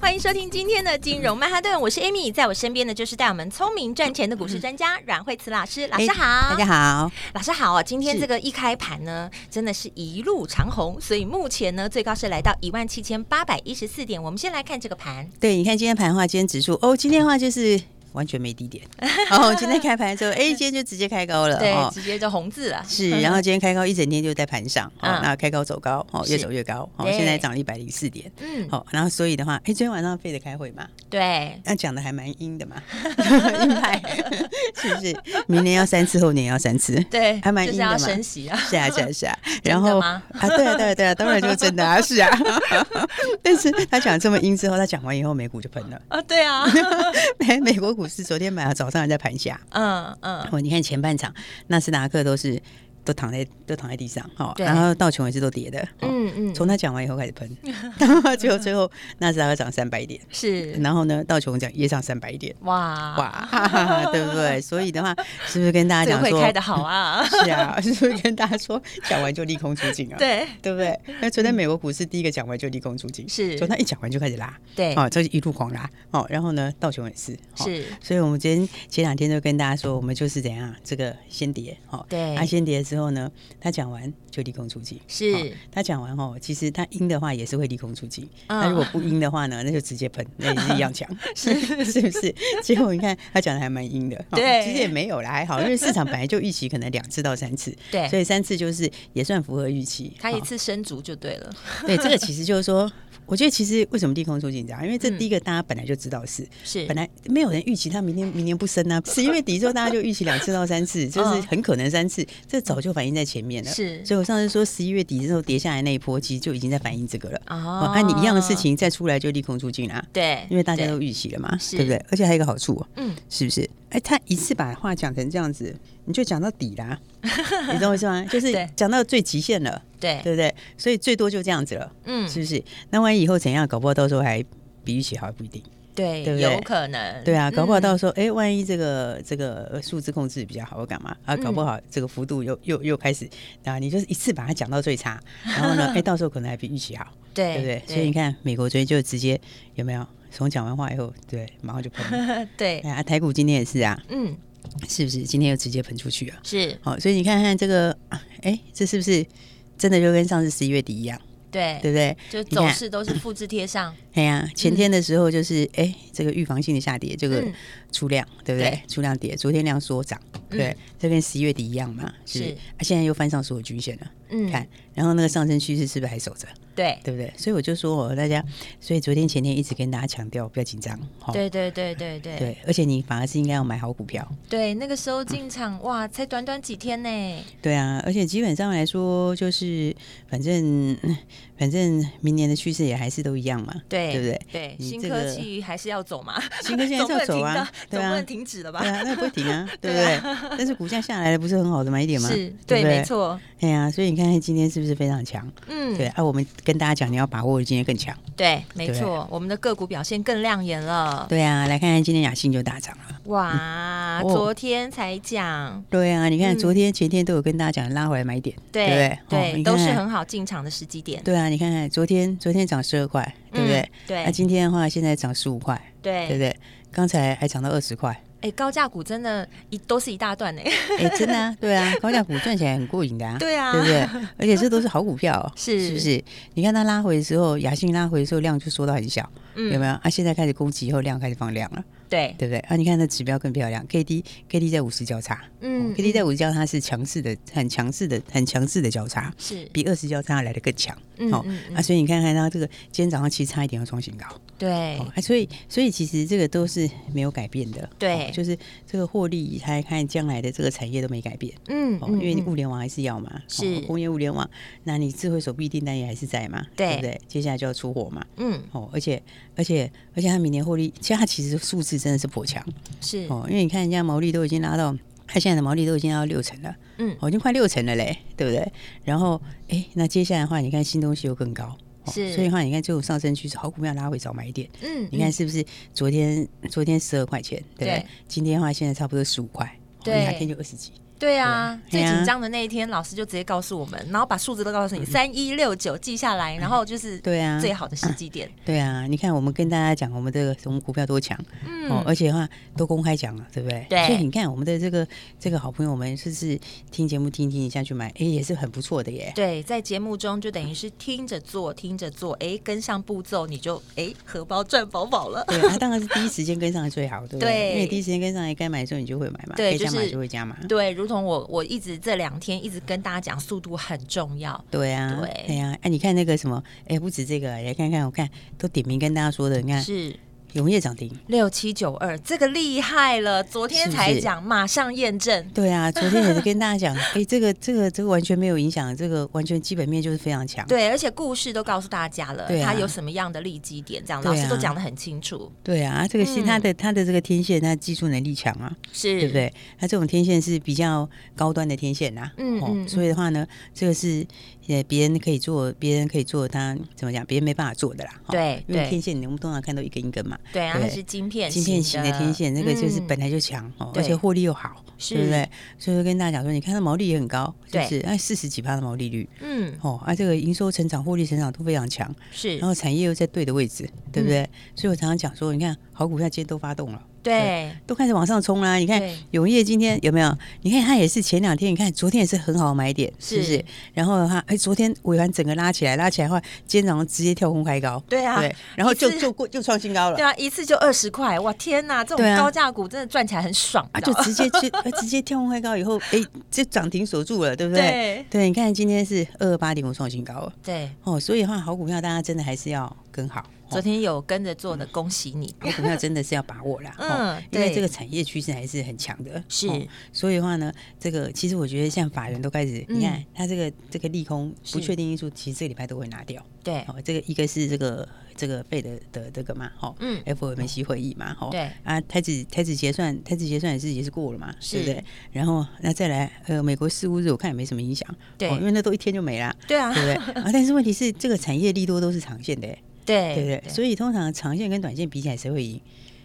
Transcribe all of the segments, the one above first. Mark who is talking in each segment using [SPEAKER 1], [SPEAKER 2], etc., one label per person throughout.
[SPEAKER 1] 欢迎收听今天的金融曼哈顿，我是 Amy，在我身边的就是带我们聪明赚钱的股市专家阮慧慈老师，老师好，
[SPEAKER 2] 哎大家好。
[SPEAKER 1] 老师好哦，今天
[SPEAKER 2] 是
[SPEAKER 1] 这个一开盘呢，真的是一路长红，所以目前呢最高是来到一万七千八百一十四点。我们先来看这个盘，
[SPEAKER 2] 对，你看今天盘的话，今天指数哦，今天的话就是完全没 低点。哦，今天开盘的时候，哎，今天就直接开高了。
[SPEAKER 1] 对，
[SPEAKER 2] 哦
[SPEAKER 1] 直接就红字了。
[SPEAKER 2] 是，然后今天开高一整天就在盘上，哦
[SPEAKER 1] 嗯，
[SPEAKER 2] 那开高走高，哦，
[SPEAKER 1] 是
[SPEAKER 2] 越走越高，哦，
[SPEAKER 1] 对
[SPEAKER 2] 现在涨了一百零四点，
[SPEAKER 1] 嗯，
[SPEAKER 2] 好，然后所以的话，哎，昨天晚上费的开会嘛，
[SPEAKER 1] 对，
[SPEAKER 2] 那讲的还蛮阴的嘛， 鹰派是不是？明年要三次，后年要三次，
[SPEAKER 1] 对，
[SPEAKER 2] 还蛮
[SPEAKER 1] 就
[SPEAKER 2] 阴
[SPEAKER 1] 是
[SPEAKER 2] 的
[SPEAKER 1] 要
[SPEAKER 2] 嘛。
[SPEAKER 1] 升息啊。
[SPEAKER 2] 是啊，是啊，是啊。
[SPEAKER 1] 的
[SPEAKER 2] 然后
[SPEAKER 1] 吗
[SPEAKER 2] 啊，对啊，对啊，对啊，当然就是真的啊，是啊。 但是他讲这么阴之后，他讲完以后，美股就喷了。
[SPEAKER 1] 啊，对 啊，
[SPEAKER 2] 美美国股市昨天晚上早上还在盘下，
[SPEAKER 1] 嗯嗯，
[SPEAKER 2] 哦，你看前半场纳斯达克都是都躺在都躺在地上，哦，
[SPEAKER 1] 对
[SPEAKER 2] 然后道琼也是都跌的，哦，
[SPEAKER 1] 嗯嗯，
[SPEAKER 2] 从他讲完以后开 始喷，然后最后最后纳斯达克涨三百点，
[SPEAKER 1] 是
[SPEAKER 2] 然后呢道琼讲也涨三百点，
[SPEAKER 1] 哇
[SPEAKER 2] 哇， 哈哈哈对不 对？所以的话，是不是跟大
[SPEAKER 1] 这
[SPEAKER 2] 家
[SPEAKER 1] 个
[SPEAKER 2] 讲
[SPEAKER 1] 会
[SPEAKER 2] 说
[SPEAKER 1] 开的好啊，
[SPEAKER 2] 是啊，是不是跟大家说讲完就利空出尽啊？。
[SPEAKER 1] 对嗯
[SPEAKER 2] 对不对？那昨天美国股市第一个讲完就利空出尽，
[SPEAKER 1] 是
[SPEAKER 2] 从他一讲完就开始拉，
[SPEAKER 1] 对
[SPEAKER 2] 哦，这就一路狂拉，哦，然后呢，道琼也是，哦
[SPEAKER 1] 是
[SPEAKER 2] 所以我们今天前两天就跟大家说，我们就是怎样，这个先跌，哦，
[SPEAKER 1] 对
[SPEAKER 2] 他、先跌之后呢，他讲完就利空出尽，
[SPEAKER 1] 是
[SPEAKER 2] 哦他讲完哦，其实他阴的话也是会利空出尽，
[SPEAKER 1] 嗯
[SPEAKER 2] 那、如果不阴的话呢，那就 直接喷，那也是一样强，是 是不是？结果你看他讲的还蛮阴的，哦
[SPEAKER 1] 对
[SPEAKER 2] 其实也没有啦，还好，因为市场本来就预期可能两次到三次，
[SPEAKER 1] 对
[SPEAKER 2] 所以三次就是也算符合预期，
[SPEAKER 1] 他
[SPEAKER 2] 哦
[SPEAKER 1] 一次升足就对了，
[SPEAKER 2] 对，这个其实就是说，我觉得其实为什么利空出尽这样？因为这
[SPEAKER 1] 嗯
[SPEAKER 2] 第一个大家本来就知道是，
[SPEAKER 1] 是
[SPEAKER 2] 本来没有人预期它明天明年不升 啊，十一月底之后大家就预期两次到三次，就是
[SPEAKER 1] 嗯
[SPEAKER 2] 很可能三次，这早就反映在前面了。
[SPEAKER 1] 是
[SPEAKER 2] 所以我上次说十一月底之后跌下来那一波，其实就已经在反映这个了。
[SPEAKER 1] 哦
[SPEAKER 2] 按、你一样的事情再出来就利空出尽啦，
[SPEAKER 1] 对，
[SPEAKER 2] 因为大家
[SPEAKER 1] 对
[SPEAKER 2] 都预期了嘛，
[SPEAKER 1] 是
[SPEAKER 2] 对不对？而且还有一个好处、哦，
[SPEAKER 1] 嗯
[SPEAKER 2] 是不是？哎，他一次把话讲成这样子，你就讲到底 啦，你懂我意思吗？就是
[SPEAKER 1] 对
[SPEAKER 2] 讲到最极限了。
[SPEAKER 1] 对
[SPEAKER 2] 对不对？所以最多就这样子了，
[SPEAKER 1] 嗯
[SPEAKER 2] 是不是？那万一以后怎样，搞不好到时候还比预期好还不一定。
[SPEAKER 1] 对，
[SPEAKER 2] 对不
[SPEAKER 1] 有
[SPEAKER 2] 对
[SPEAKER 1] 可能，
[SPEAKER 2] 对啊，搞不好
[SPEAKER 1] 嗯
[SPEAKER 2] 到时候，哎、万一这个这个呃数字控制比较好，或干嘛啊？搞不好这个幅度又又又开始，啊，你就是一次把它讲到最 差，然后呢，哎、到时候可能还比预期好，
[SPEAKER 1] 对
[SPEAKER 2] 对不对？所以你看，美国昨天就直接有没有？从讲完话以后，对，马上就喷了。
[SPEAKER 1] 看， 对
[SPEAKER 2] 哎，呀，台股今天也是啊，
[SPEAKER 1] 嗯，
[SPEAKER 2] 是不是？今天又直接喷出去了。
[SPEAKER 1] 是
[SPEAKER 2] 好、所以你看看这个，啊哎、这是不是真的就跟上次十一月底一样，
[SPEAKER 1] 对
[SPEAKER 2] 对不对？
[SPEAKER 1] 就
[SPEAKER 2] 你
[SPEAKER 1] 走
[SPEAKER 2] 看
[SPEAKER 1] 势都是复制贴上，
[SPEAKER 2] 哎呀，前天的时候就是哎、这个预防性的下跌，这个
[SPEAKER 1] 嗯
[SPEAKER 2] 出量、对不
[SPEAKER 1] 对嗯
[SPEAKER 2] 对？出量跌，昨天量缩涨，对，这跟十一月底一样嘛，是不是
[SPEAKER 1] 是
[SPEAKER 2] 啊，现在又翻上所有均线了，
[SPEAKER 1] 嗯
[SPEAKER 2] 看，然后那个上升趋势是不是还守着，
[SPEAKER 1] 对，
[SPEAKER 2] 对不对？所以我就说哦，大家，所以昨天前天一直跟大家强调不要紧张，哈、
[SPEAKER 1] 对对对对对
[SPEAKER 2] 哦对，而且你反而是应该要买好股票，
[SPEAKER 1] 对，那个时候进场哇，才短短几天呢，
[SPEAKER 2] 对啊，而且基本上来说，就是反正嗯反正明年的趋势也还是都一样嘛，
[SPEAKER 1] 对
[SPEAKER 2] 对不对？
[SPEAKER 1] 对，
[SPEAKER 2] 你
[SPEAKER 1] 新
[SPEAKER 2] 这
[SPEAKER 1] 科
[SPEAKER 2] 个
[SPEAKER 1] 技还是要走嘛，
[SPEAKER 2] 新科技还是
[SPEAKER 1] 总不能
[SPEAKER 2] 要走
[SPEAKER 1] 停
[SPEAKER 2] 啊
[SPEAKER 1] 的，
[SPEAKER 2] 对
[SPEAKER 1] 总不
[SPEAKER 2] 啊
[SPEAKER 1] 能，停止了吧
[SPEAKER 2] 对？啊，那也不会停啊，对不
[SPEAKER 1] 对
[SPEAKER 2] 对？
[SPEAKER 1] 啊
[SPEAKER 2] 但是股价下来了，不是很好的买点吗？
[SPEAKER 1] 是，
[SPEAKER 2] 对，
[SPEAKER 1] 对，没。错，
[SPEAKER 2] 哎呀、所以你看看今天是不是非常强？
[SPEAKER 1] 嗯，
[SPEAKER 2] 对啊，我们跟大家讲，你要把握今天更强。
[SPEAKER 1] 对，没
[SPEAKER 2] 对
[SPEAKER 1] 错，我们的个股表现更亮眼了，
[SPEAKER 2] 对啊，来看看今天雅信就大涨了。
[SPEAKER 1] 哇，
[SPEAKER 2] 哦
[SPEAKER 1] 昨天才讲，
[SPEAKER 2] 对啊，你看
[SPEAKER 1] 嗯
[SPEAKER 2] 昨天、前天都有跟大家讲拉回来买点，不
[SPEAKER 1] 对
[SPEAKER 2] 对？哦
[SPEAKER 1] 对，
[SPEAKER 2] 你
[SPEAKER 1] 都
[SPEAKER 2] 看
[SPEAKER 1] 是
[SPEAKER 2] 看
[SPEAKER 1] 很好进场的时机点，
[SPEAKER 2] 对啊，你看看昨天，昨天涨十二块，对不对
[SPEAKER 1] 嗯？对
[SPEAKER 2] 那、今天的话，现在涨十五块，对不
[SPEAKER 1] 对，
[SPEAKER 2] 对？刚才还涨到二十 块，
[SPEAKER 1] 哎，高价股真的一都是一大段呢，
[SPEAKER 2] 哎，真的啊，对啊，高价股赚起来很过瘾的啊，
[SPEAKER 1] 对啊
[SPEAKER 2] 对不对？而且这都是好股票哦，
[SPEAKER 1] 是
[SPEAKER 2] 是不是？你看它拉回的时候，雅信拉回的时候量就缩到很小，
[SPEAKER 1] 嗯
[SPEAKER 2] 有没有？啊，现在开始攻击以后量开始放量了，
[SPEAKER 1] 对，
[SPEAKER 2] 对不对？啊，你看那指标更漂亮，K D K D 在五十交叉，
[SPEAKER 1] 嗯
[SPEAKER 2] k D 在五十交叉是强势的，很强势的，很强势的交叉，
[SPEAKER 1] 是
[SPEAKER 2] 比二十交叉来的更强，
[SPEAKER 1] 嗯
[SPEAKER 2] 哦
[SPEAKER 1] 嗯嗯
[SPEAKER 2] 啊，所以你看看它这个今天早上其实差一点要创新高，
[SPEAKER 1] 对
[SPEAKER 2] 哦，哎所以所以其实这个都是没有改变的，
[SPEAKER 1] 对
[SPEAKER 2] 哦就是这个获利，还看将来的这个产业都没改变，
[SPEAKER 1] 嗯
[SPEAKER 2] 哦，
[SPEAKER 1] 嗯
[SPEAKER 2] 因为你
[SPEAKER 1] 嗯
[SPEAKER 2] 物联网还是要嘛，
[SPEAKER 1] 是
[SPEAKER 2] 哦工业物联网，那你智慧手臂订单也还是在嘛，
[SPEAKER 1] 对
[SPEAKER 2] 不对？接下来就要出货嘛，
[SPEAKER 1] 嗯
[SPEAKER 2] 哦，而且而且而且它明年获利，其实它其实数字真的是颇强
[SPEAKER 1] 是
[SPEAKER 2] 哦，因为你看人家毛利都已经拉到。它现在的毛利都已经要六成了，
[SPEAKER 1] 嗯
[SPEAKER 2] 哦，已经快六成了嘞，对不对？然后，哎，那接下来的话，你看新东西又更高，哦
[SPEAKER 1] 是
[SPEAKER 2] 所以的话，你看这种上升趋势，好股票拉回早买一点，
[SPEAKER 1] 嗯，
[SPEAKER 2] 你看是不是？昨天昨天十二块钱，对不对
[SPEAKER 1] 对？
[SPEAKER 2] 今天的话，现在差不多十五块，哦
[SPEAKER 1] 对
[SPEAKER 2] 哪天就二十几。
[SPEAKER 1] 对啊，
[SPEAKER 2] 对
[SPEAKER 1] 最
[SPEAKER 2] 啊
[SPEAKER 1] 紧张的那一天，老师就直接告诉我们，然后把数字都告诉你，三一六九记下来， 然后就是
[SPEAKER 2] 嗯对啊
[SPEAKER 1] 最好的时机点。
[SPEAKER 2] 对啊，你看我们跟大家讲，我们这个我们股票多强、哦，
[SPEAKER 1] 嗯，
[SPEAKER 2] 而且的话都公开讲了，对不对？
[SPEAKER 1] 对
[SPEAKER 2] 所以你看我们的这个这个好朋友们，就是听节目听一听一下去买，哎，也是很不错的耶。
[SPEAKER 1] 对，在节目中就等于是听着做，听着做，哎，跟上步骤，你就哎荷包赚饱饱了。
[SPEAKER 2] 对，啊，当然是第一时间跟上来最好，对不对？
[SPEAKER 1] 对
[SPEAKER 2] 因为第一时间跟上来，该买的时候你就会买嘛，
[SPEAKER 1] 对
[SPEAKER 2] 该
[SPEAKER 1] 就
[SPEAKER 2] 加码
[SPEAKER 1] 是
[SPEAKER 2] 就会加码。
[SPEAKER 1] 对，如同我我一直这两天一直跟大家讲，速度很重要。
[SPEAKER 2] 对啊，
[SPEAKER 1] 对
[SPEAKER 2] 对啊，哎、你看那个什么，哎，不止这个，来看看，我看都点名跟大家说的，你看
[SPEAKER 1] 是
[SPEAKER 2] 永业涨停，
[SPEAKER 1] 六七九二，这个厉害了，昨天
[SPEAKER 2] 是不
[SPEAKER 1] 才
[SPEAKER 2] 是
[SPEAKER 1] 讲，马上验证。
[SPEAKER 2] 对啊，昨天也是跟大家讲，哎、这个这个这个完全没有影响，这个完全基本面就是非常强。
[SPEAKER 1] 对，而且故事都告诉大家了，
[SPEAKER 2] 对啊
[SPEAKER 1] 它有什么样的利基点，这样
[SPEAKER 2] 对
[SPEAKER 1] 老
[SPEAKER 2] 啊
[SPEAKER 1] 师都讲得很清楚，
[SPEAKER 2] 对啊，这个
[SPEAKER 1] 嗯
[SPEAKER 2] 线它的它的这个天线，它技术能力强啊，
[SPEAKER 1] 是
[SPEAKER 2] 对不？对？它这种天线是比较高端的天线呐、啊，
[SPEAKER 1] 嗯嗯嗯
[SPEAKER 2] 所以的话呢，这个是呃别人可以做，别人可以做它，怎么讲？别人没办法做的啦。哦
[SPEAKER 1] 对
[SPEAKER 2] 因为
[SPEAKER 1] 对
[SPEAKER 2] 天线，我们通常看到一根一根嘛，
[SPEAKER 1] 对啊，
[SPEAKER 2] 对
[SPEAKER 1] 它是晶片
[SPEAKER 2] 芯片型的天线，那个就是
[SPEAKER 1] 嗯
[SPEAKER 2] 本来就强哦，
[SPEAKER 1] 对
[SPEAKER 2] 而且获利又好，
[SPEAKER 1] 是
[SPEAKER 2] 对不对？所以就跟大家讲说，你看它毛利也很高，是
[SPEAKER 1] 对
[SPEAKER 2] 不是？那四十几趴的毛利率
[SPEAKER 1] 嗯
[SPEAKER 2] 哦，啊，这个营收成长、获利成长都非常强，
[SPEAKER 1] 是
[SPEAKER 2] 然，后产业又在对的位置，对不对？
[SPEAKER 1] 嗯
[SPEAKER 2] 所以我常常讲说，你看好股票今天都发动了，
[SPEAKER 1] 对
[SPEAKER 2] 都开始往上冲啦。你看
[SPEAKER 1] 对
[SPEAKER 2] 永业今天有没有？你看它也是前两天，你看昨天也是很好的买点，是不
[SPEAKER 1] 是
[SPEAKER 2] 是？然后的话，哎，昨天尾盘整个拉起来，拉起来的话，今天早上直接跳空开高，
[SPEAKER 1] 对啊
[SPEAKER 2] 对，然后就
[SPEAKER 1] 一次
[SPEAKER 2] 就过就创新高了
[SPEAKER 1] 对。啊，一次就二十块，哇天哪，这种
[SPEAKER 2] 对啊
[SPEAKER 1] 高价股真的赚起来很爽
[SPEAKER 2] 啊，
[SPEAKER 1] 你知
[SPEAKER 2] 就
[SPEAKER 1] 道吗
[SPEAKER 2] 直接去，啊直接跳空开高以后，哎、这涨停锁住了，对不对？
[SPEAKER 1] 对
[SPEAKER 2] 你看今天是二二八点五创新高了，
[SPEAKER 1] 对。
[SPEAKER 2] 哦，所以的话，好股票大家真的还是要跟好。哦
[SPEAKER 1] 昨天有跟着做的，恭喜你。
[SPEAKER 2] 好股票真的是要把握啦，
[SPEAKER 1] 嗯
[SPEAKER 2] 哦，因为
[SPEAKER 1] 对
[SPEAKER 2] 这个产业趋势还是很强的，
[SPEAKER 1] 是
[SPEAKER 2] 哦所以的话呢，这个其实我觉得像法人都开始，
[SPEAKER 1] 嗯
[SPEAKER 2] 你看它这个这个利空
[SPEAKER 1] 是
[SPEAKER 2] 不确定因素，其实这个礼拜都会拿掉，
[SPEAKER 1] 对
[SPEAKER 2] 哦，这个一个是这个这个费的的这个嘛，哦，
[SPEAKER 1] 嗯
[SPEAKER 2] ，FOMC 会议嘛，哦，
[SPEAKER 1] 对
[SPEAKER 2] 啊，台指台指结算台指结算也是也是过了嘛，对不
[SPEAKER 1] 是
[SPEAKER 2] 对？然后那再来呃，美国事务日我看也没什么影响，
[SPEAKER 1] 对
[SPEAKER 2] 哦因为那都一天就没啦，
[SPEAKER 1] 对啊
[SPEAKER 2] 对，不对？ 啊，但是问题是这个产业利多都是长线的、欸。
[SPEAKER 1] 对
[SPEAKER 2] 对不对？所以通常长线跟短线比起来，谁会赢？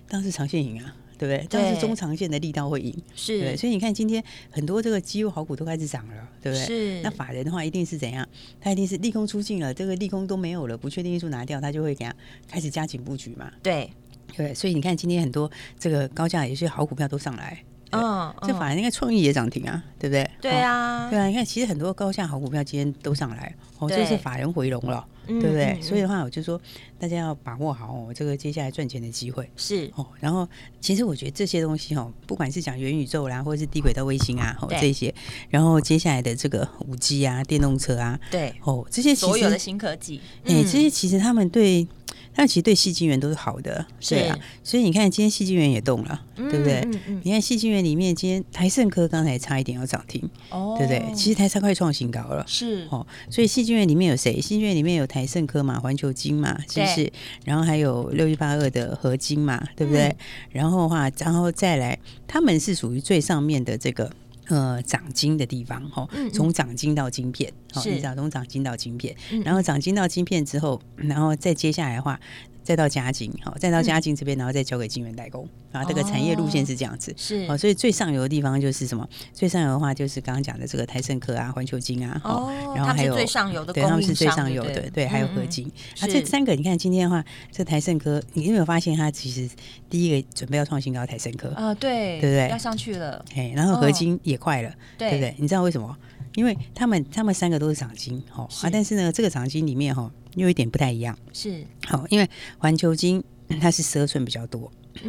[SPEAKER 2] 当然是长线赢啊，对不对？当然
[SPEAKER 1] 对
[SPEAKER 2] 是中长线的力道会赢，对不对
[SPEAKER 1] 是
[SPEAKER 2] 所以你看今天很多这个机油好股都开始涨了，对不对？
[SPEAKER 1] 是
[SPEAKER 2] 那法人的话一定是怎样？他一定是利空出尽了，这个利空都没有了，不确定因素拿掉，他就会怎样开始加紧布局嘛，
[SPEAKER 1] 对，
[SPEAKER 2] 对不对？所以你看今天很多这个高价有些好股票都上来，对
[SPEAKER 1] 嗯，
[SPEAKER 2] 这
[SPEAKER 1] 嗯
[SPEAKER 2] 法人应该创意也涨停啊，对不对？
[SPEAKER 1] 对
[SPEAKER 2] 哦
[SPEAKER 1] 啊，
[SPEAKER 2] 对啊，你看，其实很多高价好股票今天都上来，哦，
[SPEAKER 1] 对
[SPEAKER 2] 这是法人回笼了，
[SPEAKER 1] 嗯
[SPEAKER 2] 对不对？
[SPEAKER 1] 嗯
[SPEAKER 2] 所以的话，我就说大家要把握好哦，这个接下来赚钱的机会
[SPEAKER 1] 是
[SPEAKER 2] 哦。然后，其实我觉得这些东西哦，不管是讲元宇宙啦，或者是低轨道卫星啊，哦
[SPEAKER 1] 对
[SPEAKER 2] 这些，然后接下来的这个五 G 啊、电动车啊，
[SPEAKER 1] 对
[SPEAKER 2] 哦这些其
[SPEAKER 1] 所有的
[SPEAKER 2] 实，
[SPEAKER 1] 新科技，
[SPEAKER 2] 哎、
[SPEAKER 1] 嗯
[SPEAKER 2] 这些其实他们对。那其实对细晶元都是好的，
[SPEAKER 1] 是
[SPEAKER 2] 对啊，所以你看今天细晶元也动了，对不对？
[SPEAKER 1] 嗯嗯嗯
[SPEAKER 2] 你看细晶元里面，今天台盛科刚才差一点要涨停，
[SPEAKER 1] 哦
[SPEAKER 2] 对不对？其实台盛科也创新高了，
[SPEAKER 1] 是
[SPEAKER 2] 哦，所以戏剧院里面有谁？戏剧院里面有台盛科嘛、环球金嘛，是不是？然后还有六一八二的合金嘛，对不对？
[SPEAKER 1] 嗯
[SPEAKER 2] 然后的话，然后再来，他们是属于最上面的这个。呃，掌晶的地方哈
[SPEAKER 1] 嗯嗯，
[SPEAKER 2] 从掌晶到晶片，
[SPEAKER 1] 是
[SPEAKER 2] 你知道从掌晶到晶片
[SPEAKER 1] 嗯嗯，
[SPEAKER 2] 然后掌晶到晶片之后，然后再接下来的话，再到嘉晶，好，再到嘉
[SPEAKER 1] 嗯
[SPEAKER 2] 晶这边，然后再交给晶圆代工，然后这个产业路线是这样子，
[SPEAKER 1] 哦是
[SPEAKER 2] 哦，所以最上游的地方就是什么？最上游的话就是刚刚讲的这个台盛科啊、环球金啊，
[SPEAKER 1] 哦
[SPEAKER 2] 然后还
[SPEAKER 1] 他们
[SPEAKER 2] 有
[SPEAKER 1] 是最上游的
[SPEAKER 2] 对，他们
[SPEAKER 1] 供应
[SPEAKER 2] 是最
[SPEAKER 1] 商
[SPEAKER 2] 上
[SPEAKER 1] 就
[SPEAKER 2] 游
[SPEAKER 1] 对
[SPEAKER 2] 的
[SPEAKER 1] 了，
[SPEAKER 2] 对，还有
[SPEAKER 1] 嗯
[SPEAKER 2] 合
[SPEAKER 1] 嗯
[SPEAKER 2] 金。
[SPEAKER 1] 是
[SPEAKER 2] 啊，这三个你看今天的话，这台盛科，你有没有发现它其实第一个准备要创新高的台盛科？
[SPEAKER 1] 啊，对
[SPEAKER 2] 对不对
[SPEAKER 1] 要上去了，
[SPEAKER 2] 哎，然后合金也快了，
[SPEAKER 1] 对
[SPEAKER 2] 对不对？你知道为什么？因为他们他们三个都是涨金哦
[SPEAKER 1] 是
[SPEAKER 2] 啊，但是呢，这个涨金里面哈、哦、又有一点不太一样，
[SPEAKER 1] 是
[SPEAKER 2] 好、因为环球金嗯它是十二寸比较多，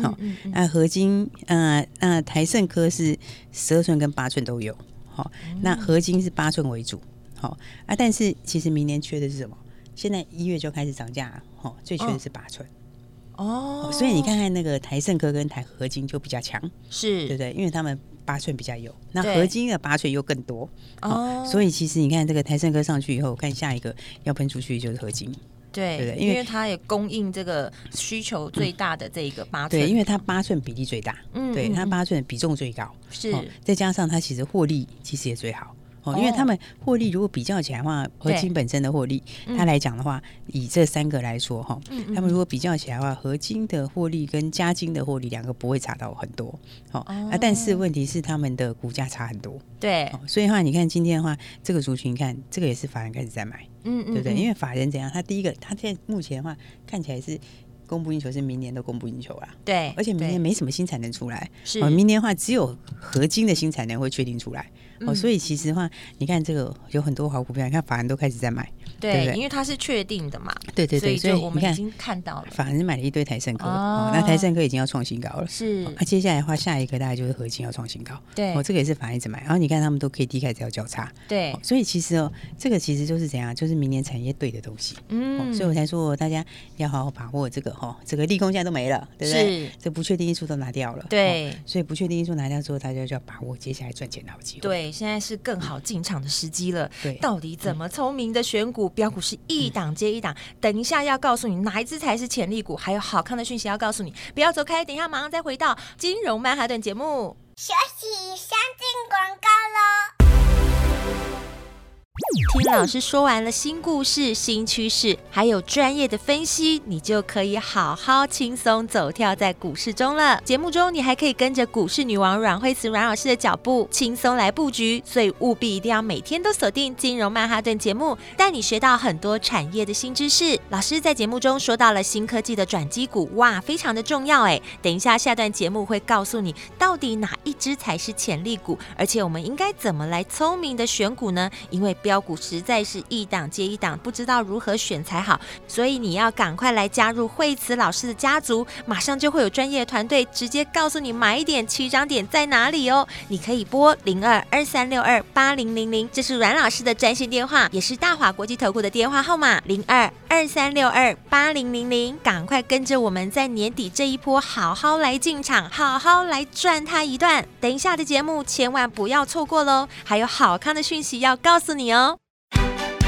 [SPEAKER 2] 好、
[SPEAKER 1] 嗯嗯嗯
[SPEAKER 2] 那合金呃那台盛科是十二寸跟八寸都有，好、
[SPEAKER 1] 嗯
[SPEAKER 2] 那合金是八寸为主，好、啊，但是其实明年缺的是什么？现在一月就开始涨价了，好、最缺的是八寸。
[SPEAKER 1] 哦，
[SPEAKER 2] 所以你看看那个台盛科跟台合金就比较强，对不
[SPEAKER 1] 是
[SPEAKER 2] 对？因为他们八寸比较有，那
[SPEAKER 1] 嗯对
[SPEAKER 2] 合金的八寸又更多，
[SPEAKER 1] 哦，
[SPEAKER 2] 所以其实你看这个台盛科上去以后，我看下一个要喷出去就是合金，
[SPEAKER 1] 对
[SPEAKER 2] 对不对
[SPEAKER 1] 因
[SPEAKER 2] 因为
[SPEAKER 1] 为它也供应这个需求最大的这一个八寸，
[SPEAKER 2] 对，因
[SPEAKER 1] 为
[SPEAKER 2] 为它八寸比例最大，
[SPEAKER 1] 嗯
[SPEAKER 2] 对，
[SPEAKER 1] 嗯
[SPEAKER 2] 它
[SPEAKER 1] 嗯
[SPEAKER 2] 八寸的比重最高，
[SPEAKER 1] 是、
[SPEAKER 2] 哦，再加上它其实获利其实也最好。哦，因为
[SPEAKER 1] 哦
[SPEAKER 2] 他们获利如果比较起来的话，合
[SPEAKER 1] 对
[SPEAKER 2] 金本身的获利，
[SPEAKER 1] 嗯
[SPEAKER 2] 它来讲的话，以这三个来说哈，
[SPEAKER 1] 嗯嗯
[SPEAKER 2] 他们如果比较起来的话，合金的获利跟加金的获利两个不会差到很多。哦，啊，但是
[SPEAKER 1] 哦
[SPEAKER 2] 问题是他们的股价差很多。
[SPEAKER 1] 对，
[SPEAKER 2] 哦，所以的话，你看今天的话，这个族群，你看这个也是法人开始在买，
[SPEAKER 1] 嗯
[SPEAKER 2] 对不对？因
[SPEAKER 1] 为
[SPEAKER 2] 为法人怎样，他第一个，他现在目前的话看起来是供不应求，是明年都供不应求啦。
[SPEAKER 1] 对，
[SPEAKER 2] 而且明
[SPEAKER 1] 对
[SPEAKER 2] 年没什么新产能出来，
[SPEAKER 1] 是
[SPEAKER 2] 哦，明年的话只有合金的新产能会确定出来。哦，
[SPEAKER 1] 嗯
[SPEAKER 2] 所以其实的话，你看这个有很多好股票，你看法人都开始在买，对不
[SPEAKER 1] 对，
[SPEAKER 2] 对
[SPEAKER 1] 因为它是确定的嘛，
[SPEAKER 2] 对对对，所
[SPEAKER 1] 所以
[SPEAKER 2] 以
[SPEAKER 1] 就我
[SPEAKER 2] 你
[SPEAKER 1] 们已
[SPEAKER 2] 看
[SPEAKER 1] 经看到了，
[SPEAKER 2] 法人买了一堆台盛科，
[SPEAKER 1] 哦
[SPEAKER 2] 哦，那台盛科已经要创新高了。
[SPEAKER 1] 是，
[SPEAKER 2] 那、接下来的话，下一个大概就是合金要创新高，
[SPEAKER 1] 对
[SPEAKER 2] 哦，这个也是法人一直买，然后你看他们都可以低开始要交叉，
[SPEAKER 1] 对
[SPEAKER 2] 哦，所以其实哦，这个其实就是怎样，就是明年产业对的东西。哦
[SPEAKER 1] 嗯，
[SPEAKER 2] 所以我才说大家要好好把握这个哈、哦，这个利空现在都没了，对不对？
[SPEAKER 1] 是，
[SPEAKER 2] 这不确定因素都拿掉了，哦
[SPEAKER 1] 对
[SPEAKER 2] 所以不确定因素拿掉之后，大家就要把握接下来赚钱的好机会。
[SPEAKER 1] 对，现在是更好进场的时机了。
[SPEAKER 2] 对嗯
[SPEAKER 1] 到底怎么聪明的选股？标股是一档接一档，等一下要告诉你哪一只才是潜力股，还有好看的讯息要告诉你，不要走开，等一下马上再回到金融曼哈顿节目。
[SPEAKER 3] 学习相进广告喽。
[SPEAKER 1] 听老师说完了新故事、新趋势，还有专业的分析，你就可以好好轻松走跳在股市中了。节目中，你还可以跟着股市女王阮慧慈阮老师的脚步，轻松来布局。所以务必一定要每天都锁定《金融曼哈顿》节目，带你学到很多产业的新知识。老师在节目中说到了新科技的转机股，哇，非常的重要哎。等一下下段节目会告诉你到底哪一只才是潜力股，而且我们应该怎么来聪明的选股呢？因为标股实在是一档接一档，不知道如何选才好，所以你要赶快来加入惠慈老师的家族，马上就会有专业团队直接告诉你买点、起涨点在哪里哦。你可以拨零二二三六二八零零零，这是阮老师的专线电话，也是大华国际投顾的电话号码零二二三六二八零零零。赶快跟着我们在年底这一波好好来进场，好好来赚它一段。等一下的节目千万不要错过喽，还有好康的讯息要告诉你哦。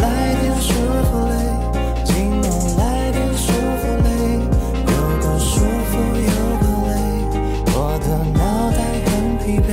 [SPEAKER 4] 来点舒芙蕾，今晚来点舒芙蕾，有个舒服有个累，我的脑袋很疲惫。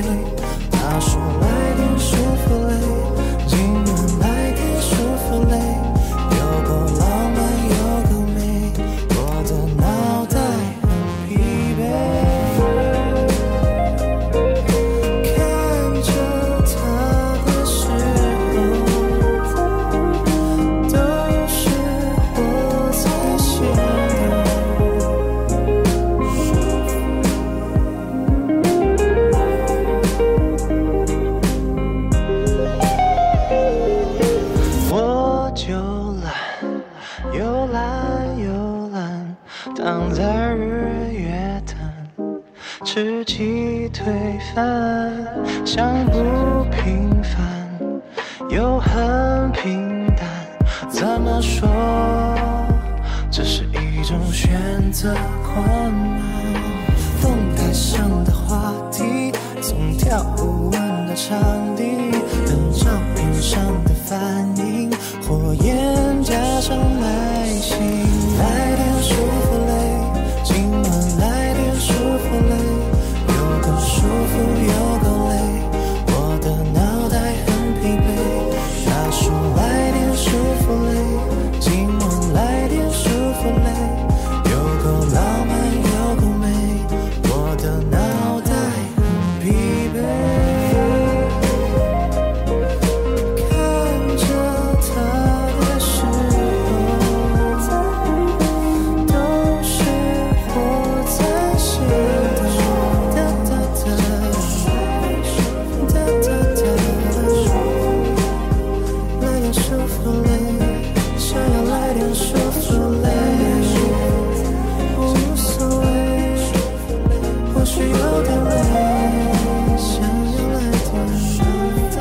[SPEAKER 4] 游览游览，躺在日月潭，吃鸡腿饭，想不平凡，又很平淡。怎么说？这是一种选择困难。风台上的话题，总跳不完的场地，等照片上的反应，火焰加上耐心，来点舒芙蕾，今晚来点舒芙蕾，有个舒服有个累，我的脑袋很疲惫。他说来点舒芙蕾，今晚来点舒芙蕾，有够浪漫有够美，我的脑袋很疲惫。看着他的时候，都是活在心动。哒哒哒，哒哒哒，来点舒服嘞，想要来点舒服嘞，无所谓，或许有点累，想要来点舒服。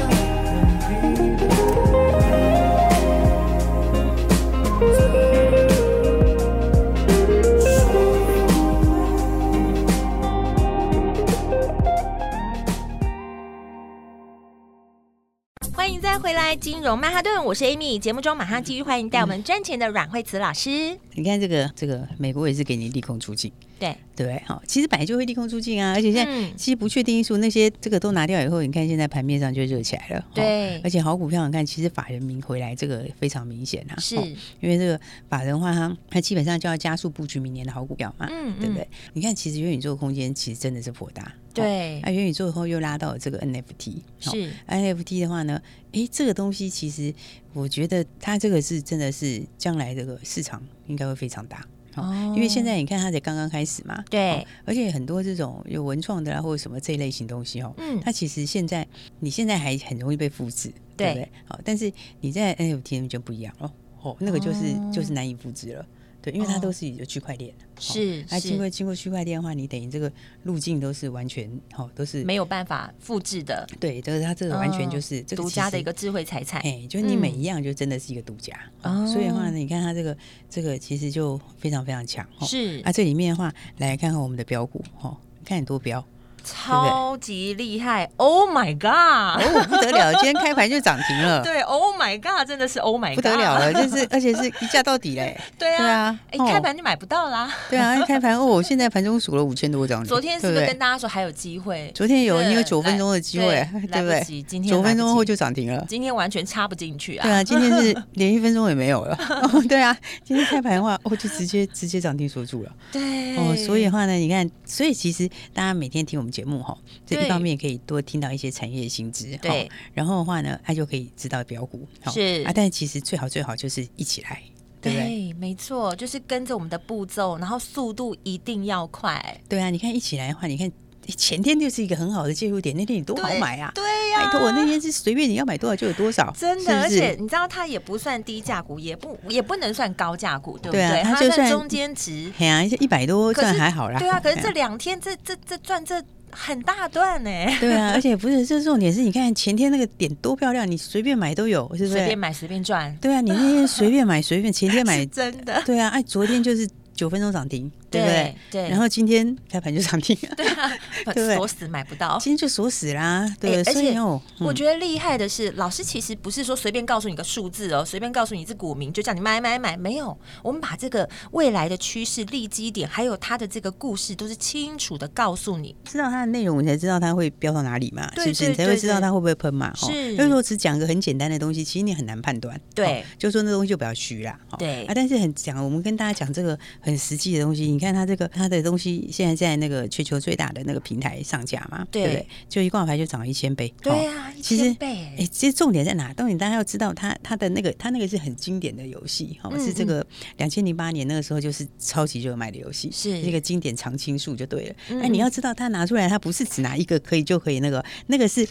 [SPEAKER 1] 欢迎再回来，金融曼哈顿，我是 Amy。节目中马上继续欢迎带我们赚钱的阮慧慈老师。
[SPEAKER 2] 你看这个这个美国也是给你利空出尽，
[SPEAKER 1] 对，
[SPEAKER 2] 对不对？好，其实本来就会利空出尽啊，而且现在、
[SPEAKER 1] 嗯
[SPEAKER 2] 其实不确定因素那些这个都拿掉以后，你看现在盘面上就热起来了。哦
[SPEAKER 1] 对
[SPEAKER 2] 而且好股票，你看其实法人民回来这个非常明显啊，
[SPEAKER 1] 是
[SPEAKER 2] 哦因为这个法人的话，他他基本上就要加速布局明年的好股票嘛，
[SPEAKER 1] 嗯
[SPEAKER 2] 对不对？你看其实元宇宙空间其实真的是颇大，哦。
[SPEAKER 1] 对
[SPEAKER 2] 那，元宇宙以后又拉到了这个 NFT，哦
[SPEAKER 1] 是
[SPEAKER 2] NFT 的话呢，诶，这个东西其实我觉得它这个是真的是将来这个市场应该会非常大。哦
[SPEAKER 1] 哦
[SPEAKER 2] 因为现在你看它才刚刚开始嘛，
[SPEAKER 1] 对
[SPEAKER 2] 哦而且很多这种有文创的啦或者什么这一类型东西哦，
[SPEAKER 1] 嗯
[SPEAKER 2] 它其实现在你现在还很容易被复制，
[SPEAKER 1] 对
[SPEAKER 2] 对不对？好，但是你在 NFT 就不一样哦，哦，那个就是、就是难以复制了，对，因为它
[SPEAKER 1] 哦
[SPEAKER 2] 都是有区块链，哦
[SPEAKER 1] 是
[SPEAKER 2] 那经过
[SPEAKER 1] 是
[SPEAKER 2] 经过区块链的话，你等于这个路径都是完全哦，都是
[SPEAKER 1] 没有办法复制的，
[SPEAKER 2] 对，这个它这个完全就
[SPEAKER 1] 嗯
[SPEAKER 2] 是、这个
[SPEAKER 1] 独
[SPEAKER 2] 其
[SPEAKER 1] 家的
[SPEAKER 2] 实
[SPEAKER 1] 一个智慧财产。
[SPEAKER 2] 哎、就是你每
[SPEAKER 1] 嗯
[SPEAKER 2] 一样就真的是一个独家、
[SPEAKER 1] 哦
[SPEAKER 2] 哦，所以的话呢，你看它这个这个其实就非常非常强哦。
[SPEAKER 1] 是
[SPEAKER 2] 啊，这里面的话，来看看我们的标股哦，看很多标，
[SPEAKER 1] 超级厉害！Oh my god！
[SPEAKER 2] 哦不得了，今天开盘就涨停了，
[SPEAKER 1] 对，Oh my god，真的是 Oh my god，
[SPEAKER 2] 不得了了，就是而且是一价到底嘞，
[SPEAKER 1] 对
[SPEAKER 2] 对
[SPEAKER 1] 啊
[SPEAKER 2] 啊，
[SPEAKER 1] 哎，
[SPEAKER 2] 哦
[SPEAKER 1] 开盘就买不到啦。
[SPEAKER 2] 对啊，一开盘哦，现在盘中数了五千多张呢，
[SPEAKER 1] 昨天是
[SPEAKER 2] 对
[SPEAKER 1] 不
[SPEAKER 2] 不
[SPEAKER 1] 是
[SPEAKER 2] 对
[SPEAKER 1] 跟大家说还有机会？
[SPEAKER 2] 昨天有
[SPEAKER 1] 对
[SPEAKER 2] 你有九分钟的机会
[SPEAKER 1] 来，对
[SPEAKER 2] 对不
[SPEAKER 1] 来不
[SPEAKER 2] 对
[SPEAKER 1] 及今？天
[SPEAKER 2] 九
[SPEAKER 1] 来
[SPEAKER 2] 分
[SPEAKER 1] 不
[SPEAKER 2] 钟后
[SPEAKER 1] 及
[SPEAKER 2] 就涨停了。
[SPEAKER 1] 今天完全插不进去啊！
[SPEAKER 2] 对啊，今天 是连一分钟也没有了。哦对啊，今天开盘的话，哦，就直接直接涨停锁住了。
[SPEAKER 1] 对
[SPEAKER 2] 哦，所以的话呢，你看，所以其实大家每天听我们节目哈，这
[SPEAKER 1] 对
[SPEAKER 2] 一方面可以多听到一些产业的新知，
[SPEAKER 1] 对
[SPEAKER 2] 齁然后的话呢，他就可以知道标股，齁
[SPEAKER 1] 是
[SPEAKER 2] 啊，但其实最好最好就是一起来，对不对？
[SPEAKER 1] 对，没错，就是跟着我们的步骤，然后速度一定要快。
[SPEAKER 2] 对啊，你看一起来的话，你看诶前天就是一个很好的介入点，那天你多好
[SPEAKER 1] 对
[SPEAKER 2] 买啊，
[SPEAKER 1] 对呀、
[SPEAKER 2] 拜托我那天是随便你要买多少就有多少，
[SPEAKER 1] 真的，
[SPEAKER 2] 是不
[SPEAKER 1] 而
[SPEAKER 2] 是
[SPEAKER 1] 且你知道它也不算低价股，也不也不能算高价股，对不
[SPEAKER 2] 对啊它
[SPEAKER 1] 它
[SPEAKER 2] 就
[SPEAKER 1] 算
[SPEAKER 2] 算
[SPEAKER 1] 中间值。
[SPEAKER 2] 嘿啊，一百多
[SPEAKER 1] 可是
[SPEAKER 2] 算还好啦，
[SPEAKER 1] 对啊，可是
[SPEAKER 2] 嘿
[SPEAKER 1] 这两天这这这赚这很大段呢、
[SPEAKER 2] 对啊，而且不是，这重点是你看前天那个点多漂亮，你随便买都有，是不
[SPEAKER 1] 随便
[SPEAKER 2] 是？
[SPEAKER 1] 买随便赚，
[SPEAKER 2] 对啊，你那天随便 买随便，前天
[SPEAKER 1] 是
[SPEAKER 2] 买
[SPEAKER 1] 真的。
[SPEAKER 2] 对啊，哎，昨天就是九分钟涨停，对不对？
[SPEAKER 1] 对，
[SPEAKER 2] 然后今天开盘就涨停，
[SPEAKER 1] 对啊，不
[SPEAKER 2] 对
[SPEAKER 1] 锁死买不到。
[SPEAKER 2] 今天就锁死啦，对不
[SPEAKER 1] 哎
[SPEAKER 2] 对，
[SPEAKER 1] 而
[SPEAKER 2] 所以
[SPEAKER 1] 且
[SPEAKER 2] 哦，
[SPEAKER 1] 我
[SPEAKER 2] 嗯
[SPEAKER 1] 觉得厉害的是，老师其实不是说随便告诉你个数字哦，随便告诉你是股民就叫你买买买，没有，我们把这个未来的趋势、利基点，还有它的这个故事，都是清楚的告诉你。
[SPEAKER 2] 知道它的内容，你才知道它会飙到哪里嘛，
[SPEAKER 1] 对
[SPEAKER 2] 是不是？
[SPEAKER 1] 对
[SPEAKER 2] 你才
[SPEAKER 1] 对
[SPEAKER 2] 会知道
[SPEAKER 1] 对
[SPEAKER 2] 它会不会喷嘛？哦
[SPEAKER 1] 是
[SPEAKER 2] 因为如果只讲个很简单的东西，其实你很难判断。
[SPEAKER 1] 对
[SPEAKER 2] 哦就说那东西就比较虚啦。哦
[SPEAKER 1] 对
[SPEAKER 2] 啊，但是很讲，我们跟大家讲这个很实际的东西。你看它这个它的东西现在在那个全球最大的那个平台上架嘛，
[SPEAKER 1] 对
[SPEAKER 2] 对不对？就一挂牌就涨了一千倍，
[SPEAKER 1] 对
[SPEAKER 2] 哦
[SPEAKER 1] 啊，一
[SPEAKER 2] 其
[SPEAKER 1] 千
[SPEAKER 2] 实
[SPEAKER 1] 倍
[SPEAKER 2] 哎，其实重点在哪？重点大家要知道它，它的那个，它那个是很经典的游戏，哈、
[SPEAKER 1] 嗯
[SPEAKER 2] 是这个两千零八年那个时候就是超级热卖的游戏，
[SPEAKER 1] 是
[SPEAKER 2] 这个经典常青树就对了。那、
[SPEAKER 1] 嗯
[SPEAKER 2] 你要知道，它拿出来，它不是只拿一个可以就可以那个，那个是，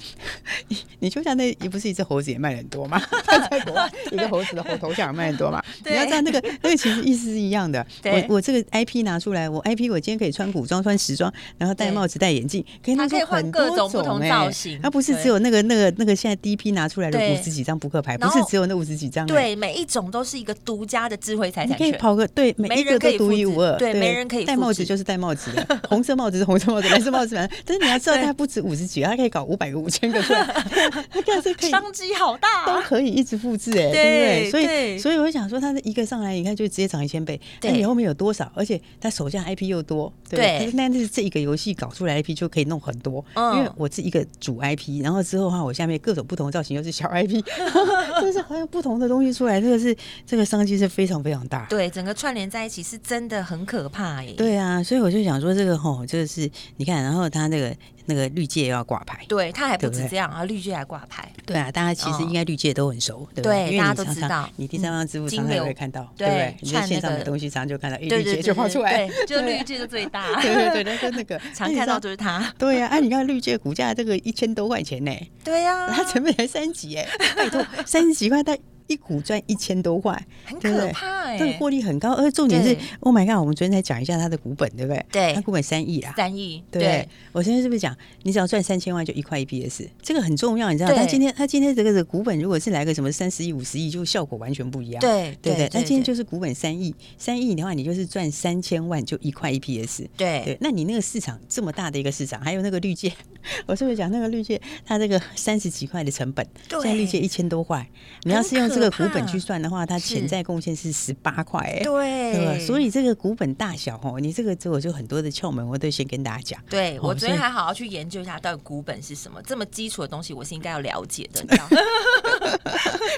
[SPEAKER 2] 你你就像那也不是一只猴子也卖了很 多嘛，在国外一个猴子的猴头像也卖很多嘛，
[SPEAKER 1] 对
[SPEAKER 2] 你要知道那个那个其实意思是一样的。
[SPEAKER 1] 对
[SPEAKER 2] 我我这个 IP 拿出来，我 IP 我今天可以穿古装、穿时装，然后戴
[SPEAKER 1] 对
[SPEAKER 2] 帽子、戴眼镜，可以
[SPEAKER 1] 它
[SPEAKER 2] 拿
[SPEAKER 1] 可
[SPEAKER 2] 出
[SPEAKER 1] 以换
[SPEAKER 2] 很
[SPEAKER 1] 各
[SPEAKER 2] 多
[SPEAKER 1] 种不同
[SPEAKER 2] 哎
[SPEAKER 1] 造型
[SPEAKER 2] 它不是
[SPEAKER 1] 对
[SPEAKER 2] 只有。有那个那个那个现在第一批拿出来的
[SPEAKER 1] 对
[SPEAKER 2] 五十几张扑克牌，
[SPEAKER 1] 然
[SPEAKER 2] 不
[SPEAKER 1] 后
[SPEAKER 2] 是只有那五十几张、欸，，
[SPEAKER 1] 对，每一种都是一个独家的智慧财
[SPEAKER 2] 你
[SPEAKER 1] 产
[SPEAKER 2] 可以
[SPEAKER 1] 权。
[SPEAKER 2] 跑个对，
[SPEAKER 1] 没
[SPEAKER 2] 每一
[SPEAKER 1] 人
[SPEAKER 2] 个
[SPEAKER 1] 可
[SPEAKER 2] 都
[SPEAKER 1] 以
[SPEAKER 2] 独
[SPEAKER 1] 复
[SPEAKER 2] 一
[SPEAKER 1] 制
[SPEAKER 2] 无二，
[SPEAKER 1] 对没人可以
[SPEAKER 2] 戴
[SPEAKER 1] 复
[SPEAKER 2] 帽
[SPEAKER 1] 制
[SPEAKER 2] 子就是戴帽子的，红色帽子是红色帽子，蓝色帽子是蓝色，但是你要知道
[SPEAKER 1] 对
[SPEAKER 2] 它不止五十几，它可以搞五百个、五千个 出来， 它但是可以。
[SPEAKER 1] 商机好大、
[SPEAKER 2] 都
[SPEAKER 1] 啊，
[SPEAKER 2] 可以一直复制
[SPEAKER 1] 对
[SPEAKER 2] 哎、对不对？所
[SPEAKER 1] 对
[SPEAKER 2] 以所以我想说，它的一个上来，你看就直接涨一千倍，那
[SPEAKER 1] 对
[SPEAKER 2] 你后面有多少？而且它手下 IP 又多，对不
[SPEAKER 1] 对
[SPEAKER 2] 对，那那是这一个游戏搞出来的 IP 就可以弄很多，
[SPEAKER 1] 嗯
[SPEAKER 2] 因为我是一个主 IP，然后之后的话，我下面各种不同的造型又是小 IP，就是好像不同的东西出来，这个是这个商机是非常非常大。
[SPEAKER 1] 对，整个串联在一起是真的很可怕耶。
[SPEAKER 2] 对啊，所以我就想说这个吼，这个是你看，然后它那个那个绿界又要挂牌，
[SPEAKER 1] 对，它还不
[SPEAKER 2] 对不
[SPEAKER 1] 止
[SPEAKER 2] 对
[SPEAKER 1] 这样啊，绿巨还挂牌，
[SPEAKER 2] 对啊，大家其实
[SPEAKER 1] 嗯
[SPEAKER 2] 应该绿界都很熟，对不
[SPEAKER 1] 对
[SPEAKER 2] 因为
[SPEAKER 1] 大家
[SPEAKER 2] 你
[SPEAKER 1] 都
[SPEAKER 2] 常
[SPEAKER 1] 知
[SPEAKER 2] 常
[SPEAKER 1] 道嗯
[SPEAKER 2] 你第三方支付
[SPEAKER 1] 金
[SPEAKER 2] 常常也
[SPEAKER 1] 流
[SPEAKER 2] 会看到，
[SPEAKER 1] 对
[SPEAKER 2] 对不对？你在
[SPEAKER 1] 串
[SPEAKER 2] 线
[SPEAKER 1] 那
[SPEAKER 2] 上
[SPEAKER 1] 个
[SPEAKER 2] 买东西，常常就看到，哎，
[SPEAKER 1] 对对
[SPEAKER 2] 绿界
[SPEAKER 1] 对
[SPEAKER 2] 就跑出来，
[SPEAKER 1] 对，就绿巨就最 大，
[SPEAKER 2] 对对对，那就那个
[SPEAKER 1] 常看到。就是它。
[SPEAKER 2] 对呀、啊，哎、你看绿界股价这个一千多块 钱呢、
[SPEAKER 1] 对呀、
[SPEAKER 2] 它成本才三级哎，拜托， 三十几块，它一股赚一千多块，
[SPEAKER 1] 很
[SPEAKER 2] 对不
[SPEAKER 1] 可
[SPEAKER 2] 对
[SPEAKER 1] 怕哎、
[SPEAKER 2] 对，获利很高。而重点是
[SPEAKER 1] 对
[SPEAKER 2] ，Oh my god，我们昨天才讲一下它的股本，对不对？
[SPEAKER 1] 对
[SPEAKER 2] 它股本三亿啦。
[SPEAKER 1] 三亿，
[SPEAKER 2] 对不对，我现在是不是讲，你只要赚三千万就一块 EPS，这个很重要，你知道？
[SPEAKER 1] 对
[SPEAKER 2] 他今天他今天这个股本如果是来个什么三十亿、五十亿，就效果完全不一样，
[SPEAKER 1] 对
[SPEAKER 2] 对不
[SPEAKER 1] 对
[SPEAKER 2] 对？但今天
[SPEAKER 1] 对
[SPEAKER 2] 就是股本三亿，三亿的话，你就是赚三千万就一块 EPS，
[SPEAKER 1] 对
[SPEAKER 2] 对，那你那个市场这么大的一个市场，还有那个绿界， 我是不是讲那个绿界，它这个三十几块的成本，
[SPEAKER 1] 对
[SPEAKER 2] 现在绿界一千多块，你要是用这个股本去算的话，它潜在贡献是十八块、哎，
[SPEAKER 1] 对
[SPEAKER 2] 对吧？所以这个股本大小哦，你这个之后就很多的窍门，我都先跟大家讲。
[SPEAKER 1] 对我
[SPEAKER 2] 哦
[SPEAKER 1] 昨
[SPEAKER 2] 所以
[SPEAKER 1] 天还好好去研究一下到底股本是什么，这么基础的东西我是应该要了解的，你知道吗？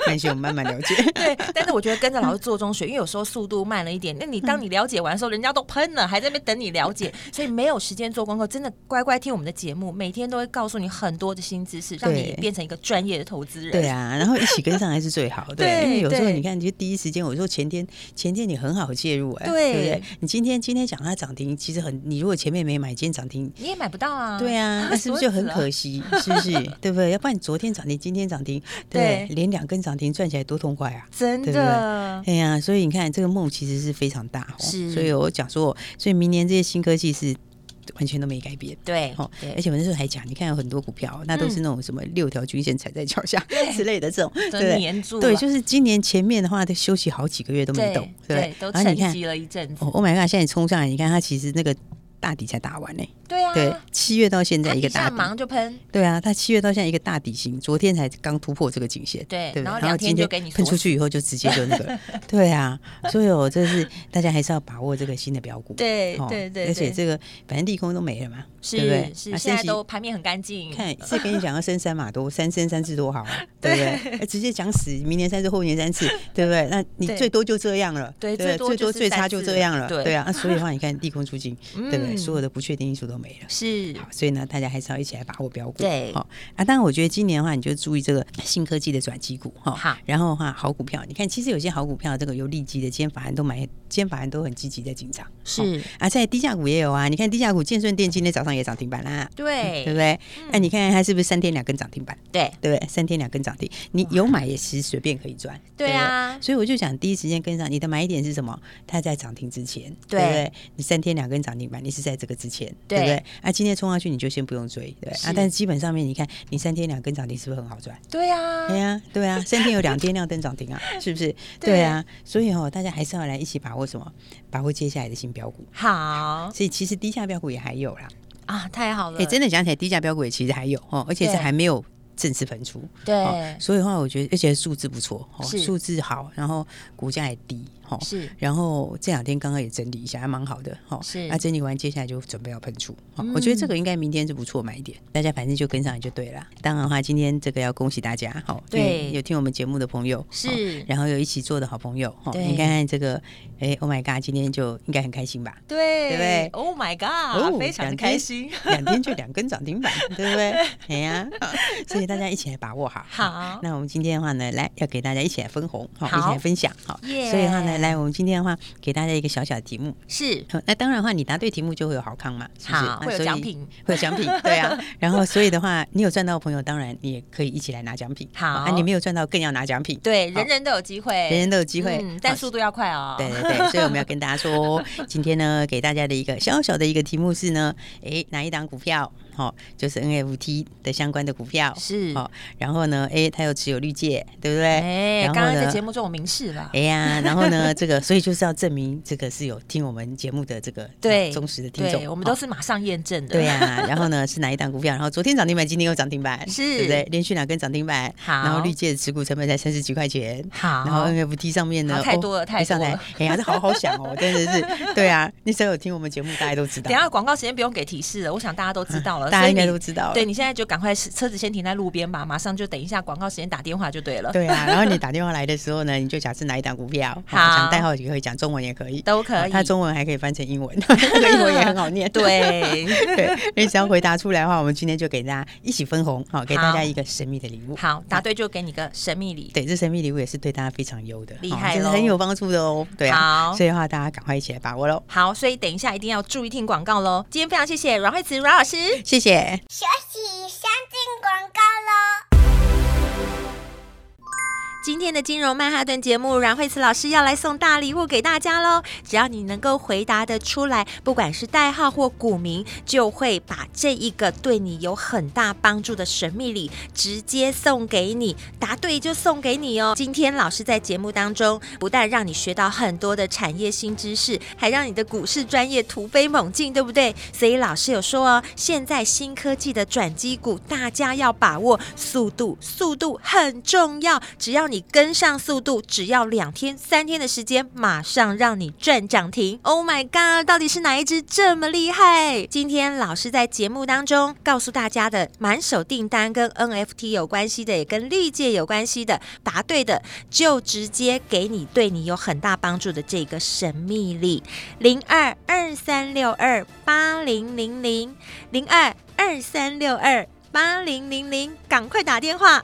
[SPEAKER 2] 但是我们慢慢了解。
[SPEAKER 1] 对，但 是我觉得跟着老师做中学，因为有时候速度慢了一点，那你
[SPEAKER 2] 嗯
[SPEAKER 1] 当你了解完的时候，人家都喷了，还在那边等你了 解，所以没有时间做功课，真的乖乖听我们的节目，每天都会告诉你很多的新知识，让你
[SPEAKER 2] 对
[SPEAKER 1] 变成一个专业的投资人。
[SPEAKER 2] 对啊，然后一起跟上来是最好的，
[SPEAKER 1] 对
[SPEAKER 2] 因为有时候
[SPEAKER 1] 对
[SPEAKER 2] 你看，你就第一时间，我说前天前天你很好介入、哎，
[SPEAKER 1] 对
[SPEAKER 2] 不对？你今天今天讲它涨停，其实很，你如果前面没买，今天涨停。
[SPEAKER 1] 你也买不到啊。
[SPEAKER 2] 对啊， 那是不是就很可
[SPEAKER 1] 惜？
[SPEAKER 2] 惜？是不是？对不对？要不然昨天涨停，今天涨停，对不对，连两根涨停赚起来多痛快啊！
[SPEAKER 1] 真
[SPEAKER 2] 对不
[SPEAKER 1] 的，
[SPEAKER 2] 哎呀，所以你看这个梦其实是非常大哦，
[SPEAKER 1] 嗯是
[SPEAKER 2] 所以我讲说，所以明年这些新科技是完全都没改变。
[SPEAKER 1] 对
[SPEAKER 2] 哦，
[SPEAKER 1] 对 嗯
[SPEAKER 2] 而且我那时候还讲，你看有很多股票，那都是那种什么六条均线踩在脚下 之类的这种，对
[SPEAKER 1] 都
[SPEAKER 2] 不对
[SPEAKER 1] 黏住了
[SPEAKER 2] 对，就是今年前面的话，都休息好几个月都没动，
[SPEAKER 1] 对
[SPEAKER 2] 对，
[SPEAKER 1] 都
[SPEAKER 2] 不然后
[SPEAKER 1] 沉
[SPEAKER 2] 你看
[SPEAKER 1] 寂了一阵子
[SPEAKER 2] 哦。，Oh my god，现在冲上来，你看它其实那个大底才打完呢、
[SPEAKER 1] 对啊，
[SPEAKER 2] 对，七月到现
[SPEAKER 1] 它
[SPEAKER 2] 在一个大
[SPEAKER 1] 下马
[SPEAKER 2] 底，
[SPEAKER 1] 上就喷，
[SPEAKER 2] 对啊，它七月到现在一个大底型，昨天才刚突破这个颈线，
[SPEAKER 1] 对
[SPEAKER 2] 不
[SPEAKER 1] 然后两天
[SPEAKER 2] 今
[SPEAKER 1] 就给你
[SPEAKER 2] 喷
[SPEAKER 1] 锁
[SPEAKER 2] 出
[SPEAKER 1] 死
[SPEAKER 2] 去以后就直接就那 个了，对啊，所以哦，这是大家还是要把握这个新的标股，哦
[SPEAKER 1] 对对对
[SPEAKER 2] 而且
[SPEAKER 1] 对
[SPEAKER 2] 这个反正利空都没了嘛，对不
[SPEAKER 1] 是
[SPEAKER 2] 对？
[SPEAKER 1] 是，
[SPEAKER 2] 啊
[SPEAKER 1] 现
[SPEAKER 2] 升
[SPEAKER 1] 在
[SPEAKER 2] 息
[SPEAKER 1] 都盘面很干净。
[SPEAKER 2] 看，是跟你讲要生三码多，三生三次多好啊，对不对？哎直接讲死，明年三次，后年三次，对不对？那你
[SPEAKER 1] 对
[SPEAKER 2] 最多就这样了，
[SPEAKER 1] 对
[SPEAKER 2] 不
[SPEAKER 1] 最多
[SPEAKER 2] 最
[SPEAKER 1] 就
[SPEAKER 2] 多
[SPEAKER 1] 是
[SPEAKER 2] 最
[SPEAKER 1] 三
[SPEAKER 2] 差就
[SPEAKER 1] 次
[SPEAKER 2] 这样了，
[SPEAKER 1] 对
[SPEAKER 2] 对啊。那所以的话，你看利空出尽，对不对？
[SPEAKER 1] 嗯
[SPEAKER 2] 所有的不确定因素都没了。
[SPEAKER 1] 是
[SPEAKER 2] 好，所以呢，大家还是要一起来把握标股。
[SPEAKER 1] 对
[SPEAKER 2] 好、啊，当然我觉得今年的话，你就注意这个新科技的转机股哈、
[SPEAKER 1] 好
[SPEAKER 2] 然后的话，好股票，你看，其实有些好股票，这个有利基的，今天法案都蛮，今天法案都很积极在进场。
[SPEAKER 1] 是
[SPEAKER 2] 哦啊，在低价股也有啊，你看低价股建顺电今天早上也涨停板啦，
[SPEAKER 1] 对
[SPEAKER 2] 对不对？那、你看看它是不是三天两根涨停板？
[SPEAKER 1] 对
[SPEAKER 2] 嗯对不对？三天两根涨停，你有买也其实随便可以赚。
[SPEAKER 1] 对啊
[SPEAKER 2] 不对所以我就想第一时间跟上你的买点是什么？它在涨停之前，
[SPEAKER 1] 对
[SPEAKER 2] 对不对？你三天两根涨停板，你是在这个之前，
[SPEAKER 1] 对
[SPEAKER 2] 不对？啊，今天冲上去你就先不用追，对不对
[SPEAKER 1] 是
[SPEAKER 2] 啊，但是基本上面你看，你三天两根涨停是不是很好赚？
[SPEAKER 1] 对啊，
[SPEAKER 2] 对呀、对呀、三天有两天亮灯涨停啊，是不是？
[SPEAKER 1] 对
[SPEAKER 2] 对啊，所以哦，大家还是要来一起把握什么？把握接下来的新标股。
[SPEAKER 1] 好
[SPEAKER 2] 所以其实低价标股也还有啦，
[SPEAKER 1] 啊，太好了，
[SPEAKER 2] 哎哎、真的想起来，低价标股也其实还有哦，而且是
[SPEAKER 1] 对
[SPEAKER 2] 还没有正式喷出。哦
[SPEAKER 1] 对，
[SPEAKER 2] 所以的话，我觉得而且数字不错，哦，
[SPEAKER 1] 是
[SPEAKER 2] 数字好，然后股价也低，哦，
[SPEAKER 1] 是
[SPEAKER 2] 然后这两天刚刚也整理一下，还蛮好的，哦，
[SPEAKER 1] 是
[SPEAKER 2] 那、整理完，接下来就准备要喷出，哦，
[SPEAKER 1] 嗯
[SPEAKER 2] 我觉得这个应该明天是不错买点，大家反正就跟上来就对了。当然的话，今天这个要恭喜大家，哦，因为
[SPEAKER 1] 对
[SPEAKER 2] 有听我们节目的朋友哦
[SPEAKER 1] 是，
[SPEAKER 2] 然后有一起做的好朋友，哦，
[SPEAKER 1] 对
[SPEAKER 2] 你看看这个，哎，Oh my God，今天就应该很开心吧？
[SPEAKER 1] 对
[SPEAKER 2] 对不对
[SPEAKER 1] ？Oh my
[SPEAKER 2] 哦
[SPEAKER 1] god，、非常的
[SPEAKER 2] 两天
[SPEAKER 1] 开心。
[SPEAKER 2] 两天就两根涨 停板，对不对？哎呀、所以大家一起来把握好。
[SPEAKER 1] 好
[SPEAKER 2] 那我们今天的话呢，来要给大家一起来分红，好，
[SPEAKER 1] 好
[SPEAKER 2] 一起来分享，好。
[SPEAKER 1] 耶
[SPEAKER 2] 所以的话呢，来我们今天的话，给大家一个小小的题目。
[SPEAKER 1] 是
[SPEAKER 2] 好那当然的话，你答对题目就会有好康嘛，是不是？
[SPEAKER 1] 好，
[SPEAKER 2] 那
[SPEAKER 1] 会有
[SPEAKER 2] 所以
[SPEAKER 1] 奖，品。
[SPEAKER 2] 会有奖品，对 啊。然后所以的话，你有赚到的朋友，当然你也可以一起来拿奖品。
[SPEAKER 1] 好
[SPEAKER 2] 啊，你没有赚到更要拿奖品，
[SPEAKER 1] 对，
[SPEAKER 2] 好
[SPEAKER 1] 人人都有机会，
[SPEAKER 2] 人
[SPEAKER 1] 都
[SPEAKER 2] 人都有机会，
[SPEAKER 1] 但
[SPEAKER 2] 好
[SPEAKER 1] 速度要快哦。
[SPEAKER 2] 对对对，所以我们要跟大家说哦，今天呢，给大家的一个小小的一个题目是呢， 诶，哪一档股票？哦，就是 NFT 的相关的股票
[SPEAKER 1] 是
[SPEAKER 2] 哦，然后呢，诶，它有持有绿界，对不对？
[SPEAKER 1] 哎，
[SPEAKER 2] 然
[SPEAKER 1] 刚
[SPEAKER 2] 后
[SPEAKER 1] 刚在
[SPEAKER 2] 呢
[SPEAKER 1] 节目中有明示了。
[SPEAKER 2] 哎呀，然后呢，这个所以就是要证明这个是有听我们节目的这个
[SPEAKER 1] 对，
[SPEAKER 2] 忠实的听众
[SPEAKER 1] 对，，我们都
[SPEAKER 2] 哦
[SPEAKER 1] 是马上验证的。
[SPEAKER 2] 对啊呀、然后呢是哪一档股票？然后昨天涨停板，今天又涨停板，
[SPEAKER 1] 是
[SPEAKER 2] 对不对？连续两根涨停板，
[SPEAKER 1] 好
[SPEAKER 2] 然后绿界的持股成本才三十几块钱，
[SPEAKER 1] 好
[SPEAKER 2] 然后 NFT 上面
[SPEAKER 1] 好
[SPEAKER 2] 呢，
[SPEAKER 1] 太多了
[SPEAKER 2] 哦
[SPEAKER 1] 太
[SPEAKER 2] 一上
[SPEAKER 1] 多
[SPEAKER 2] 来
[SPEAKER 1] 了，
[SPEAKER 2] 哎呀，这好好想 哦，真的是，对啊，你只要有听我们节目，大家都知道
[SPEAKER 1] 等一，下广告时间不用给提示了，我想大家都知道了， 所
[SPEAKER 2] 大家
[SPEAKER 1] 以
[SPEAKER 2] 应该
[SPEAKER 1] 你
[SPEAKER 2] 都知道了
[SPEAKER 1] 对你现在就赶快车子先停在路边吧，马上就等一下广告时间打电话就对了，
[SPEAKER 2] 对啊，然后你打电话来的时候呢，你就讲是哪一档股 票，哦
[SPEAKER 1] 好
[SPEAKER 2] 讲代号也可以，讲中文也可以，
[SPEAKER 1] 都可
[SPEAKER 2] 哦
[SPEAKER 1] 以。
[SPEAKER 2] 它中文还可以翻成 英文，那个英文也很好念，。
[SPEAKER 1] 对，
[SPEAKER 2] 对，你只要回答出来的话，我们今天就给大家一起分红，好，给大
[SPEAKER 1] 好
[SPEAKER 2] 家一个神秘的礼物。
[SPEAKER 1] 好，答对就给你个神秘礼。
[SPEAKER 2] 对，这神秘礼物也是对大家非常优的，
[SPEAKER 1] 厉
[SPEAKER 2] 哦
[SPEAKER 1] 害
[SPEAKER 2] 就是
[SPEAKER 1] 咯
[SPEAKER 2] 很有帮助的哦。对啊
[SPEAKER 1] 好，
[SPEAKER 2] 所以的话，大家赶快一起来把握喽！
[SPEAKER 1] 好，所以等一下一定要注意听广告喽。今天非常谢谢阮慧慈阮老师。
[SPEAKER 2] 谢谢。
[SPEAKER 3] 学习先进广告喽。
[SPEAKER 1] 今天的金融曼哈顿节目，阮慧慈老师要来送大礼物给大家喽！只要你能够回答得出来，不管是代号或股名，就会把这一个对你有很大帮助的神秘礼直接送给你。答对就送给你哦！今天老师在节目当中，不但让你学到很多的产业新知识，还让你的股市专业突飞猛进，对不对？所以老师有说哦，现在新科技的转机股，大家要把握速度，速度很重要。只要你跟上速度，只要两天、三天的时间，马上让你赚涨停。Oh my god！到底是哪一只这么厉害？今天老师在节目当中告诉大家的，满手订单跟 NFT 有关系的，也跟历届有关系的，答对的就直接给你对你有很大帮助的这个神秘礼。零二二三六二八零零零零二二三六二八零零零，赶快打电话。